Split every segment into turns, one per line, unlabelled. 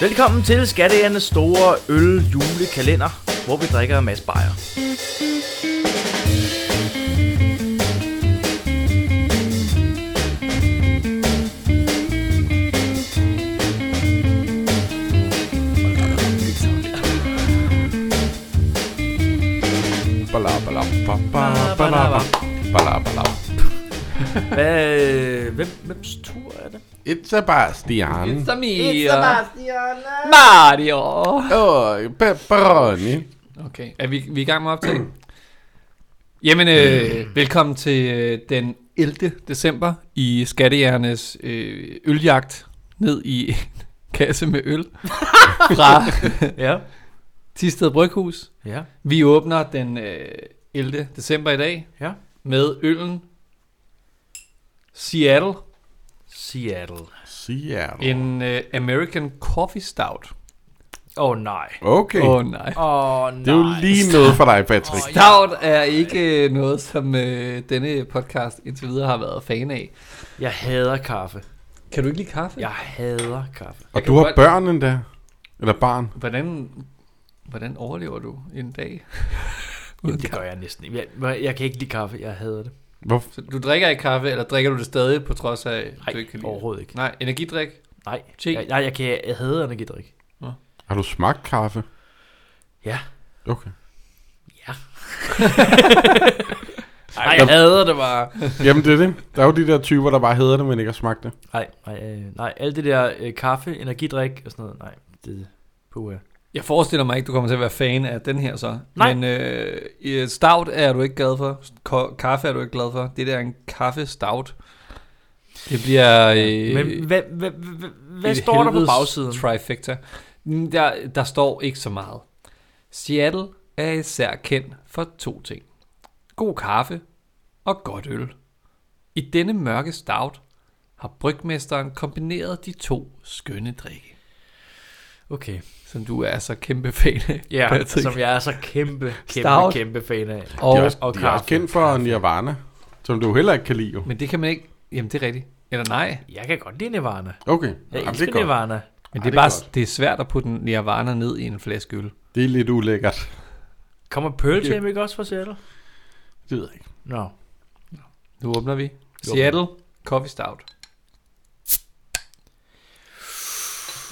Velkommen til Skatteernes store øl julekalender, hvor vi drikker en masse bajer.
Bala, bala, ba, ba, bala, ba. Bala, bala.
Hvad, øh, hvem, hvems tur er det?
It's a Bastian.
Samir.
Sebastian!
Mario.
Oh, pepperoni.
Okay, er vi, vi er i gang med at optage? Jamen, øh, velkommen til øh, den 11. december i Skattejernes øh, øljagt ned i en kasse med øl fra
Ja.
Tisted Bryghus.
Ja.
Vi åbner den øh, 11. december i dag
Ja.
med øllen Seattle,
Seattle.
Seattle.
en øh, American Coffee Stout.
Åh oh, nej.
Okay.
Åh oh, nej.
Åh oh, nej.
Det er jo lige noget for dig, Patrick.
Stout er ikke øh, noget, som øh, denne podcast indtil videre har været fan af.
Jeg hader kaffe.
Kan du ikke lide kaffe?
Jeg hader kaffe.
Og
Jeg
du
kan
har
godt-
børn endda. Eller barn.
Hvordan, hvordan overlever du en dag?
Jamen, det gør jeg næsten ikke. Jeg, jeg kan ikke lide kaffe. Jeg hader det.
Hvorfor?
Så du drikker ikke kaffe, eller drikker du det stadig på trods af,
Nej,
du ikke kan lide det?
overhovedet ikke.
Nej, energidrik?
Nej.
Te?
Jeg, nej, jeg, kan, jeg hader energidrik.
Har du smagt kaffe?
Ja.
Okay.
Nej, jeg hader det bare.
Jamen, det er det. Der er jo de der typer, der bare hedder det, men ikke har smagt det.
Nej, nej, øh, nej. Alt det der øh, kaffe, energidrik og sådan noget. Nej, det puha.
Jeg forestiller mig ikke, du kommer til at være fan af den her så.
Nej.
Men øh, øh, stout er du ikke glad for. Ko- kaffe er du ikke glad for. Det der er en kaffe-stout. Det bliver... Øh,
Men hvad, hvad, hvad, hvad
Et
står der på
helvedes
bagsiden?
Trifecta. Mm, Der, der står ikke så meget. Seattle er især kendt for to ting. God kaffe og godt øl. I denne mørke stout har brygmesteren kombineret de to skønne drikke,
Okay.
som du er så kæmpe fan af,
Ja,
Patrick.
som jeg er så kæmpe, kæmpe,
Stout.
kæmpe fan af.
De er
Og,
også,
og
de er også
kaffe.
kendt for Nirvana, som du heller ikke kan lide. jo.
men det kan man ikke... Jamen, det er rigtigt. Eller nej.
Jeg kan godt lide Nirvana.
Okay.
Jeg
Jamen, det
elsker
er godt.
Nirvana.
Men
Ej,
det er,
det er
bare,
godt.
det er svært at putte en Nirvana ned i en flaske øl.
Det er lidt ulækkert.
Kommer Pearl Jam ikke også fra Seattle?
Det ved jeg ikke.
Nå.
Nu åbner vi. Seattle Coffee Stout.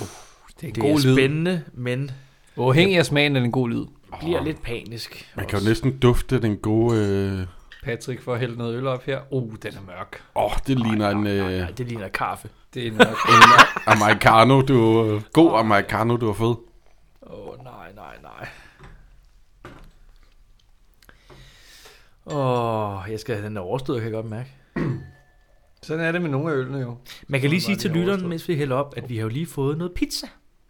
Uh, det er en
Det
det god
er
lyd.
spændende, men
Afhængig af smagen er det en god lyd.
bliver lidt panisk.
Man kan jo
også.
næsten dufte den gode... øh,
Patrick får hældt noget øl op her. Uh, den er mørk.
Åh, oh, det ligner en...
Nej,
øh,
nej, det ligner kaffe.
Det er mørk.
Americano, du god Americano, du har fået.
Åh, oh, nej, nej, nej. Åh, oh, jeg skal have den der overstået, kan jeg godt mærke.
Sådan er det med nogle af ølene jo.
Man kan lige sige
bare
til
lige
lytteren,
overstået.
mens vi hælder op, at vi har jo lige fået noget pizza.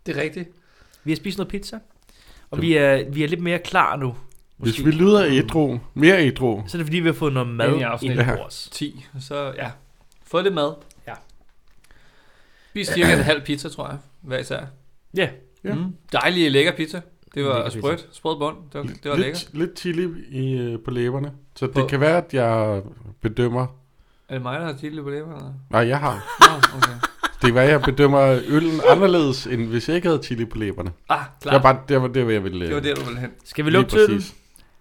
Det er rigtigt.
Vi har spist noget pizza, og
Det-
vi er, vi er lidt mere klar nu.
Hvis vi lyder ædru, mere ædru,
Så er det fordi, vi har fået noget mad
Inden i afsnit.
ind i bords.
10. Så ja. Få lidt mad. Ja. Vi er cirka en halv pizza, tror jeg. Hver især.
Ja,
Ja.
Mm. Dejlig lækker pizza. Det var
Lækker pizza.
sprødt. Sprød bund. Det var, det var lækkert.
lidt, lidt chili i, øh, på læberne. Så det
På-
kan være, at jeg bedømmer...
Er det mig, der har chili på læberne? eller?
Nej, jeg har.
Nå, okay.
Det kan være, at jeg bedømmer øllen anderledes, end hvis jeg ikke havde chili på læberne.
Ah,
Det var
klart.
bare det, var der, hvor jeg ville... øh,
Det var der, du ville hen.
skal vi
lige
lukke til den?
præcis.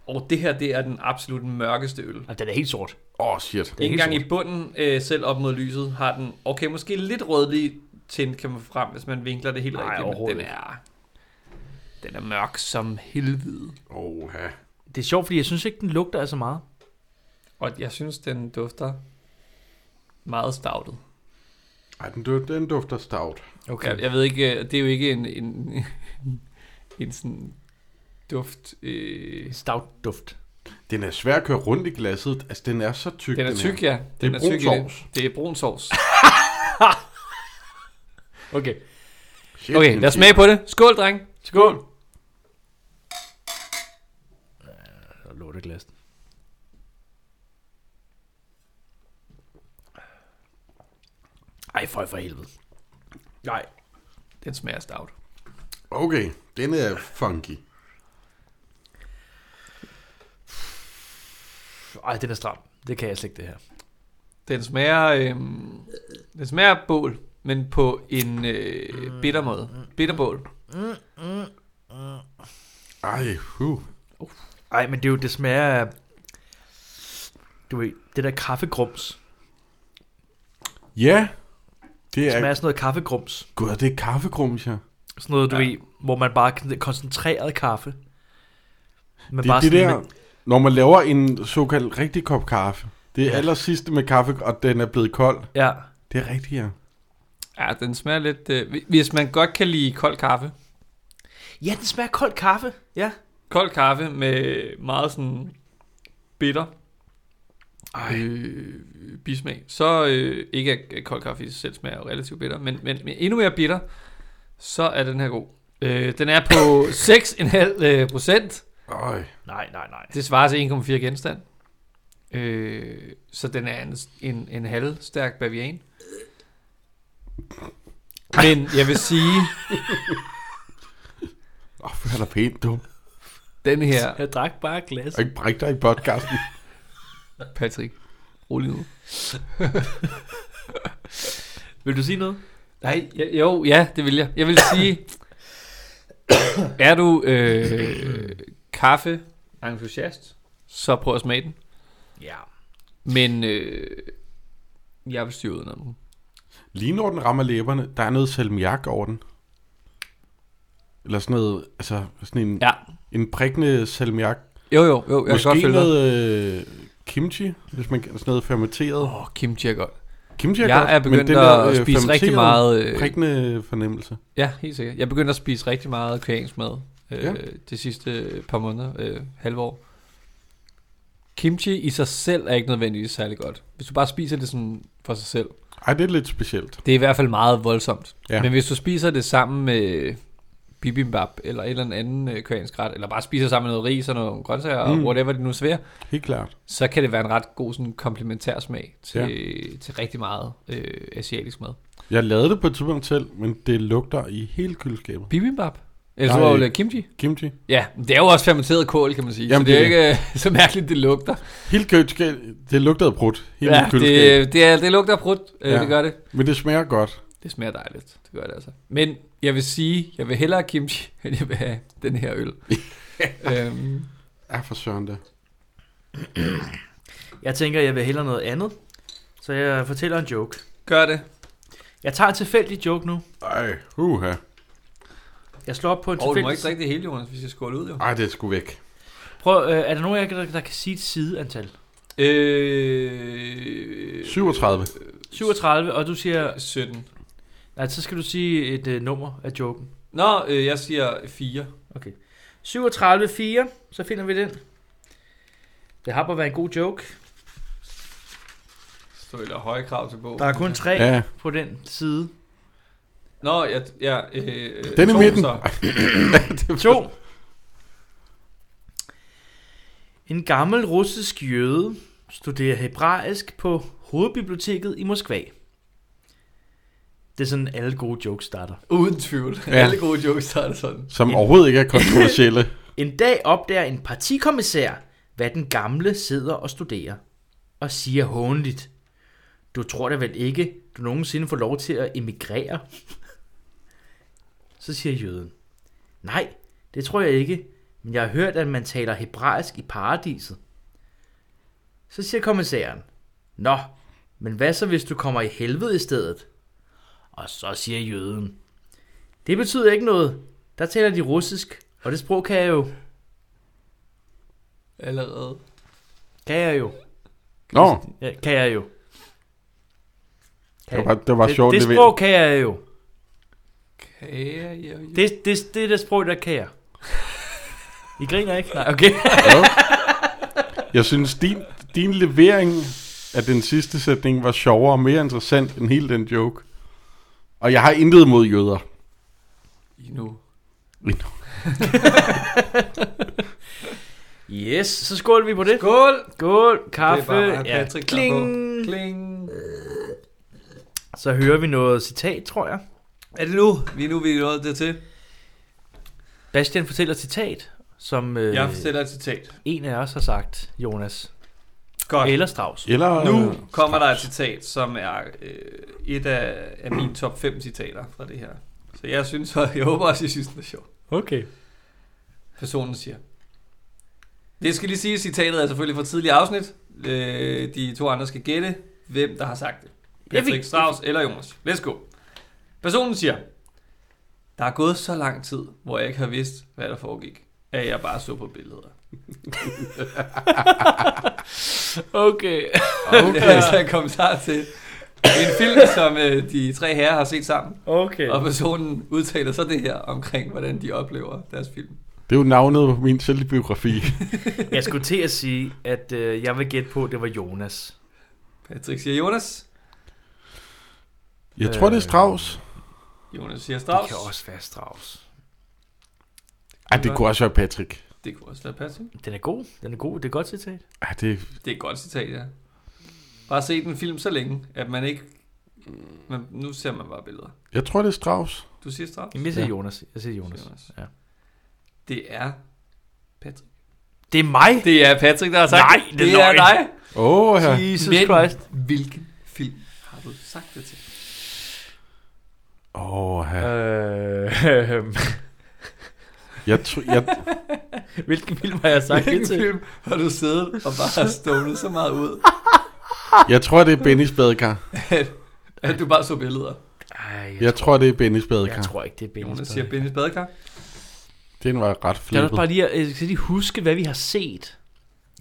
Og det her, det er den absolut mørkeste øl.
Og den er helt sort.
Åh, oh, shit.
Ikke
helt
engang i bunden, øh, selv op mod lyset, har den, okay, måske lidt rødlig tint kan man få frem, hvis man vinkler det helt
Nej,
rigtigt, men
overhovedet
den er, den er mørk som helvede.
Åh, ja.
Det er sjovt, fordi jeg synes ikke, den lugter af så meget.
Og jeg synes, den dufter meget stoutet.
Ej, den, du- den dufter stout.
Okay. Jeg, jeg ved ikke, øh, det er jo ikke en, en, en sådan duft. Øh,
En stout duft.
Den er svær at køre rundt i glasset. Altså, den er så tyk,
den er
her.
tyk, ja. Den
er
tyk i
brun
det.
sovs.
Det er brun sovs.
Okay.
Shit,
Okay,
den
lad os smage på det. Skål, dreng.
Skål! Ja, lorteglas. Ej, for, for helvede. Nej.
Den smager stout.
Okay, den er funky.
Ej, den er stram. Det kan jeg slet ikke, det her.
øhm, Den smager, øh, den smager af bål. men på en øh, bitter måde. Bitterbål.
Ej, huh.
Ej, men det er jo, det smager af, du ved, det der kaffegrums.
Ja, det
Det
er...
smager af sådan noget kaffegrums.
Gud, det er kaffegrums, ja.
Sådan noget, du
Ja.
ja. ved, hvor man bare kn- koncentreret kaffe. Men
Det er det der, når man laver en såkaldt rigtig kop kaffe. Det er
Ja.
aller sidste med kaffe, og den er blevet kold.
ja,
Det er rigtigt, ja.
Ja, den smager lidt... Øh, hvis man godt kan lide kold kaffe.
ja, den smager af kold kaffe. Ja.
Kold kaffe med meget sådan bitter øh, bismag. Så øh, ikke at kold kaffe i sig selv smager jo relativt bitter, men, men, men endnu mere bitter, så er den her god. Øh, den er på 6,5 øh, procent.
Øj.
Nej, nej, nej.
Det svarer til 1,4 genstand. Øh, så den er en, en, en halvstærk bavian. Men jeg vil sige,
Åh, hvor er der pænt, du.
den her
Jeg drak bare et glas.
Og ikke bræk dig i podcasten.
Patrick, rolig nu.
Vil du sige noget?
Nej, ja, jo, ja, det vil jeg. Jeg vil sige, er du øh, kaffe entusiast, så prøv at smage den.
Ja.
Men øh, jeg vil styre udenom den.
Lige når den rammer læberne, der er noget salmiak over den. Eller sådan noget, altså sådan en, ja.
Ja,
en prikkende salmiak.
jo, jo, jo, jeg kan godt
Måske
følge dig.
noget øh, kimchi, hvis man kan sådan noget fermenteret.
Åh, oh, kimchi er godt.
Kimchi
Jeg
godt,
er
men
begyndt
den der,
at
øh,
spise rigtig
fermenterede,
meget... Øh,
Prikkende fornemmelse.
ja, helt sikkert. Jeg begyndte at spise rigtig meget koreansk mad øh,
Ja.
de sidste par måneder, øh, halve år. Kimchi i sig selv er ikke nødvendigvis særlig godt. Hvis du bare spiser det sådan for sig selv,
Ej, det er lidt specielt.
Det er i hvert fald meget voldsomt. Ja.
Ja.
Men hvis du spiser det sammen med bibimbap eller en eller anden øh, koreansk ret, eller bare spiser sammen med noget ris og nogle grøntsager, mm.
Mm.
og whatever det nu sværer,
Helt klart.
så kan det være en ret god sådan, komplementær smag til, ja. til rigtig meget øh, asiatisk mad.
Jeg lavede det på et tidspunkt selv, men det lugter i hele køleskabet.
Bibimbap? Eller så
Nej.
var det kimchi?
Kimchi.
Ja, det er jo også fermenteret kål, kan man sige. Jamen,
Jamen,
så det er jo
det er
ikke øh, så mærkeligt, det lugter.
Hele køleskabet, det lugter af brudt. Hele
Ja,
ja, køleskabet.
det, det, er, det lugter af brudt. Ja.
Ja.
Det gør det.
Det... Men det smager godt.
Det smager dejligt. Det gør det altså. Men jeg vil sige, jeg vil hellere have kimchi, end jeg vil have den her øl. øhm,
Ja, for søren det.
Jeg tænker, jeg vil hellere noget andet. Så jeg fortæller en joke.
gør det.
Jeg tager en tilfældig joke nu.
Ej, uha.
Jeg slår op på en
Og du må
tilfældig...
ikke drikke det hele, Jonas, hvis jeg skåler ud, jo.
Ej, det er sgu væk.
Prøv, øh, er der nogen af jer, der, der kan sige et sideantal?
Øh,
37.
37, og du siger...
17.
Nej, så skal du sige et øh, nummer af joken.
Nå, øh, jeg siger 4.
37,4, så finder vi den. Det har bare været en god joke.
Støjler høje krav til bogen.
Der er kun tre ja.
Ja,
på den side.
Nå, jeg... jeg øh,
den er
to,
midten.
så.
To. En gammel russisk jøde studerer hebraisk på hovedbiblioteket i Moskva. Det er sådan, alle gode jokes starter.
Uden tvivl. Ja.
Ja.
Alle gode jokes starter sådan.
Som overhovedet ikke er kontroversielle.
En dag opdager en partikommissær, hvad den gamle sidder og studerer, og siger hånligt, du tror da vel ikke, du nogensinde får lov til at emigrere? Så siger jøden, nej, det tror jeg ikke, men jeg har hørt, at man taler hebraisk i paradiset. Så siger kommissæren, nå, men hvad så hvis du kommer i helvede i stedet? Og så siger jøden, det betyder ikke noget. Der taler de russisk, og det sprog kan jeg jo.
Allerede.
Kan jeg jo.
Nå,
Ja, kan jeg jo. Kan
det var, det var
det,
sjovt.
det
ved-
sprog kan jeg jo.
Kære, jeg, jeg.
Det, det, det er det sprog, der kan jeg. I griner ikke? Nej, okay.
Ja. Jeg synes, din, din levering af den sidste sætning var sjovere og mere interessant end hele den joke. Og jeg har intet mod jøder.
I nu.
Yes, så skål vi på det.
Skål!
Skål, kaffe.
Det er bare Patrick, der er
kling.
Kling.
Så hører vi noget citat, tror jeg.
Er det nu? Vi er nu, vi er nået det til.
Bastian fortæller et citat, som øh,
Jeg fortæller et citat.
en af os har sagt, Jonas.
Godt.
Eller Strauss.
Eller, øh,
Nu kommer der et citat, som er øh, et af, af mine top 5 citater fra det her. Så jeg synes, og jeg håber også, I synes, det er sjovt.
Okay.
Personen siger. Det skal lige sige, citatet er selvfølgelig fra tidligere afsnit. Øh, de to andre skal gætte, hvem der har sagt det.
Jeg
Patrick
fik-
Strauss eller Jonas. Let's go. Personen siger. Der er gået så lang tid, hvor jeg ikke har vidst, hvad der foregik, at jeg bare så på billeder.
Okay.
Okay. Det er altså en kommentar til en film, som øh, de tre herrer har set sammen.
Okay.
Og personen udtaler så det her omkring, hvordan de oplever deres film.
Det er jo navnet på min selvbiografi.
Jeg skulle til at sige, at øh, jeg vil gætte på, at det var Jonas.
Patrick siger Jonas.
Jeg tror,
Øh.
det er Strauss.
Jonas siger Strauss.
Det kan også være Strauss.
Ej, det kunne også være Patrick.
det kunne også være Patrick.
Den er god. Den er god. Det er et godt citat.
Ej, det,
Det er et godt citat, ja. Bare se den film så længe, at man ikke... Men nu ser man bare billeder.
jeg tror, det er Strauss.
Du siger Strauss.
Jamen, jeg siger
Ja.
Jonas. Jeg siger Jonas.
Jonas.
Ja.
Det er Patrick.
Det er mig.
Det er Patrick, der har sagt
Nej,
det.
det er
det er
løgn.
dig.
Åh, oh, ja.
Jesus
Men
Christ.
hvilken film har du sagt det til?
Åh, ja.
Øh,
Jeg, tr- jeg,
hvilken film har jeg sagt det
Hvilken
til?
film har du siddet og bare stålet så meget ud,
jeg tror, det er Bennys badekar.
at, at du bare så billeder?
Ej, jeg,
Jeg tror, det er Bennys
jeg
badekar.
tror ikke, det er Benny
Jonas siger Bennys badekar.
Den var ret
Jeg vil bare
flippet.
lige, jeg skal lige huske, hvad vi har set.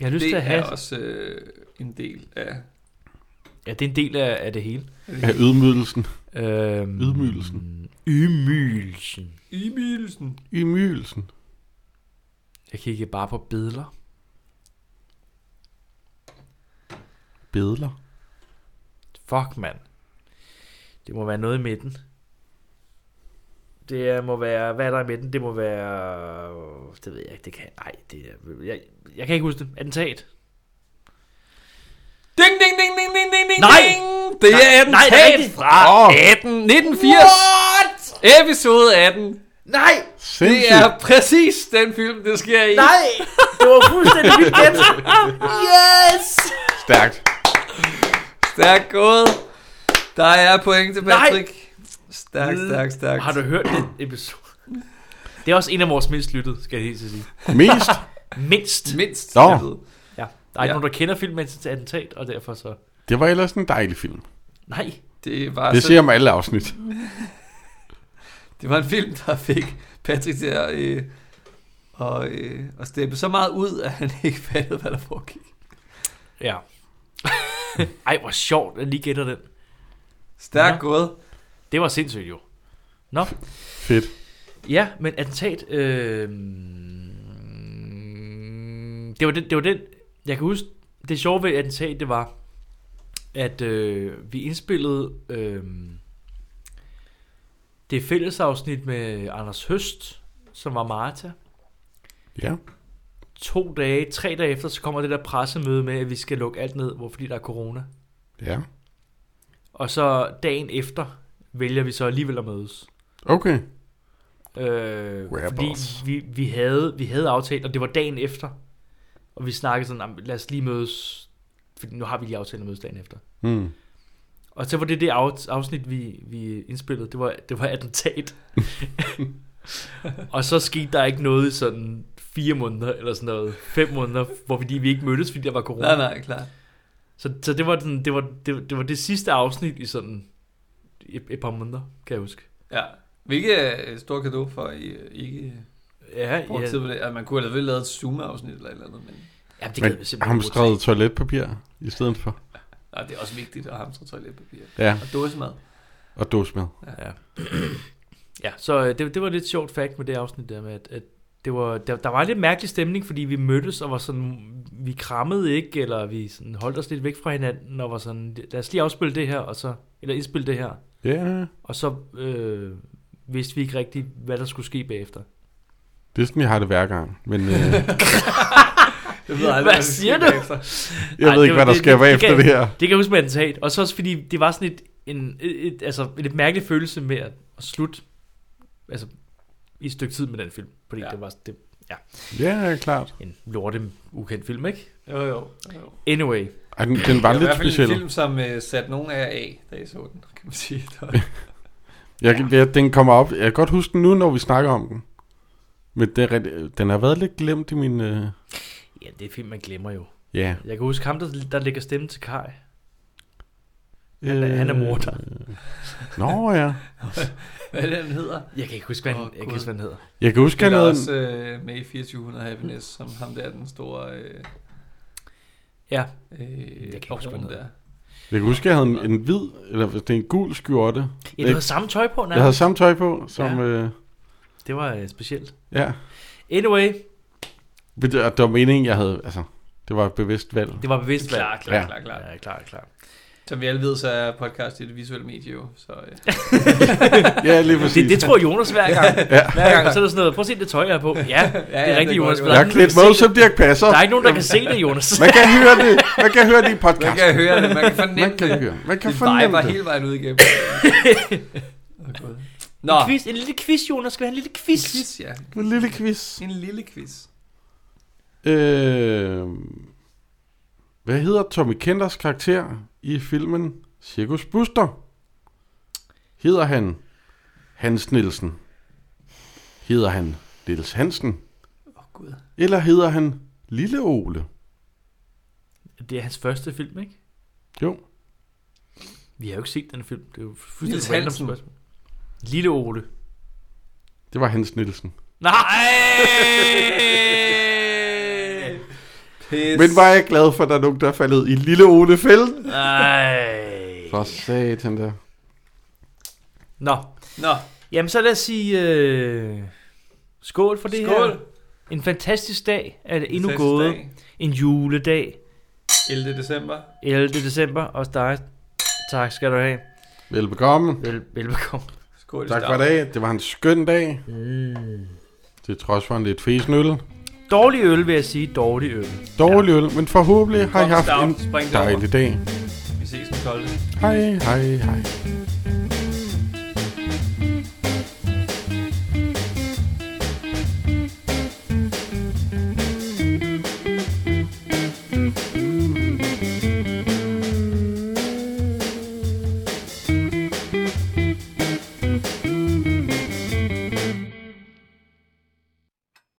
Jeg har lyst
Det
til at have...
er også øh, en del af...
Ja, det er en del af, af det hele.
Af ydmydelsen.
Øhm,
Ydmygelsen.
Ydmygelsen.
Emilsen.
Ydmygelsen.
Jeg kigger bare på billeder.
Bedler.
Fuck, mand. Det må være noget i midten. Det er- må være... Hvad er der i midten? Det må være... Det ved jeg ikke. Det kan... Nej, det er... Jeg, jeg kan ikke huske det. Attentat.
Ding, ding, ding, ding, ding, ding, ding,
Nej!
ding. Det
Nej,
er
nej, det er
attentat
rigtigt.
fra
Åh.
18, 1980. What? Episode 18.
Nej!
Det
Sindssygt.
er præcis den film, det sker i.
Nej! Det var fuldstændig vildt gæt. Yes!
Stærkt.
Stærkt gået. Der er point til
Nej.
Patrick. Stærkt, stærkt, stærkt.
Har du hørt den episode? Det er også en af vores mindst lyttede, skal jeg helt til at sige.
Mest.
Mindst.
Mindst.
Nå.
jeg ved.
Ja. Der er
Ja.
ikke nogen, der kender filmen til attentat, og derfor så...
Det var ellers en dejlig film.
Nej.
Det var,
Det
så,
ser jeg om alle afsnit.
det var en film, der fik Patrick til at, øh, og, øh, at steppe så meget ud, at han ikke fattede, hvad der foregik.
Ja. Ej, hvor sjovt, at lige gætter den.
Stærkt
Ja.
gået.
Det var sindssygt jo. Nå,
Fedt.
ja, men attentat... Øh... Det, var den, det var den... Jeg kan huske, det sjove ved attentat, det var, at øh, vi indspillede øh, det fællesafsnit med Anders Høst, som var Marta.
Ja.
To dage, tre dage efter, så kommer det der pressemøde med, at vi skal lukke alt ned, hvor fordi der er corona.
Ja.
Og så dagen efter vælger vi så alligevel at mødes.
Okay.
Øh,
Where
fordi
boss?
vi, vi, havde, vi havde aftalt, og det var dagen efter, og vi snakkede sådan, "Jamen, lad os lige mødes, fordi nu har vi lige aftalt at mødes dagen efter.
Mm.
Og så var det det af- afsnit, vi, vi indspillede, det var, det var attentat. og så skete der ikke noget i sådan fire måneder, eller sådan noget, fem måneder, hvor vi, vi ikke mødtes, fordi der var corona.
Nej, nej, klart.
Så, så det, var den, det, var, det, det var det sidste afsnit i sådan et, et par måneder, kan jeg huske.
Ja. øh, Hvilket er et stort gave for, at I øh, ikke
Ja, ja.
brugte tid på det. Altså, man kunne have lavet et Zoom-afsnit eller et eller andet, men
ja det gad
Men
vi
har
simpelthen
hun
ikke
skrevet toiletpapir i stedet for?
nej, det er også vigtigt at hamstre toiletpapir.
Ja.
Og dåsemad.
Og dåsemad.
Ja. ja, så øh, det, det var lidt sjovt fact med det afsnit der med, at, at det var, der, der var en lidt mærkelig stemning, fordi vi mødtes og var sådan, vi krammede ikke, eller vi sådan holdt os lidt væk fra hinanden, og var sådan, lad os lige afspille det her, og så, eller indspille det her,
Ja.
og så øh, vidste vi ikke rigtigt, hvad der skulle ske bagefter.
Det er sådan, jeg har det hver gang. Men øh,
Jeg ved aldrig,
Hvad
det
siger
skal
du?
bagefter.
jeg
Ej,
ved
det var-
ikke, hvad der
det-
skal
det-
være
det
efter
kan-
det her.
Det kan jeg huske med attentat, og så også fordi, det var sådan et, en, et, et, altså, et lidt mærkelig følelse med at, at slutte, altså, i et stykke tid med den film, fordi
Ja.
ja. det var, det,
Ja, ja, klart.
En lorte ukendt film, ikke?
Jo, jo. jo.
Anyway,
Ej, den, den var
Det var i
lidt
hvert fald
speciel.
en film, som uh, satte nogen af jer af, da I så den, kan man sige. Der-
Jeg, ja. jeg, den kommer op. Jeg kan godt huske den nu, når vi snakker om den. Men det er, rigtig- den har været lidt glemt i min... Øh...
ja, det er film, man glemmer jo.
Ja.
Jeg kan huske ham, der, der lægger stemme til Kai. Han er- han er morder.
Øh, Nå ja.
Hvad er det, den hedder?
Jeg kan ikke huske, hvad, han,
Åh,
jeg kan ikke
Gud.
huske, hvad han hedder.
Jeg kan huske,
Skal
han
der
havde...
også øh, med i 2400 Happiness, som ham der, den store... Øh,
Ja.
øh,
Jeg kan ikke huske, hvad den
baron
hedder.
der.
Jeg kan huske, jeg havde en, en hvid, eller hvis det er en gul skjorte.
Ja, du havde samme tøj på, nej.
Jeg havde samme tøj på, som...
Ja.
Ja. Øh,
Det var øh, specielt.
ja.
Anyway,
Men det, og det var meningen, jeg havde... Altså, det var et bevidst valg.
det var bevidst valg.
Klar, klar,
Ja.
klar, klar.
Ja, klar, klar.
Som vi alle ved, så er podcast et visuelt medie jo, så... Øh.
Ja, lige præcis.
Det, det tror Jonas hver gang.
Ja.
Hver gang, så er det sådan noget, prøv at se det tøj, jeg har på. Ja,
ja,
det er rigtigt,
går
Jonas.
jo.
jeg er klædt med, som Dirk Passer.
der er ikke nogen, der kan se det, Jonas.
Man kan høre det. Man kan høre det i
Man
podcast.
kan høre det, man kan
Man
fornemme
kan
det.
høre. Man kan
Det
fornemme
viber
det.
hele vejen ud igennem. Åh, Gud. Nå,
Nå. En, quiz, en lille quiz, Jonas. Skal vi have en lille
en
quiz?
quiz, ja.
En lille quiz.
En lille quiz.
Øh, hvad hedder Tommy Kenders karakter i filmen Cirkus Buster? Hedder han Hans Nielsen? Hedder han Niels Hansen?
Åh, Gud.
Eller hedder han Lille Ole?
Det er hans første film, ikke?
Jo.
Vi har jo ikke set den film. Det er jo
Niels
fuldstændig random
Hansen.
spørgsmål. Lille Ole.
Det var Hans Nielsen.
Nej!
Pis.
Men var jeg glad for, at der er nogen, der er faldet i Lille Ole fælden?
Nej.
For satan der.
Nå,
Nå,
jamen så lad os sige øh, skål for det
skål.
her. En fantastisk dag er det endnu
Fantastisk
gået.
dag.
En juledag,
11. december.
11. december, også dig. Tak skal du have.
Velbekomme.
Vel, velbekomme.
Skål i
Tak for i
stavn.
dag. Det var en skøn dag.
Mm.
Det trods for en lidt fesen øl.
Dårlig øl, vil jeg sige. Dårlig øl.
Dårlig øl, men forhåbentlig har I
Kom,
haft
stavn.
en
Spring derover.
dejlig dag.
Vi ses den 12.
Hej, hej, hej.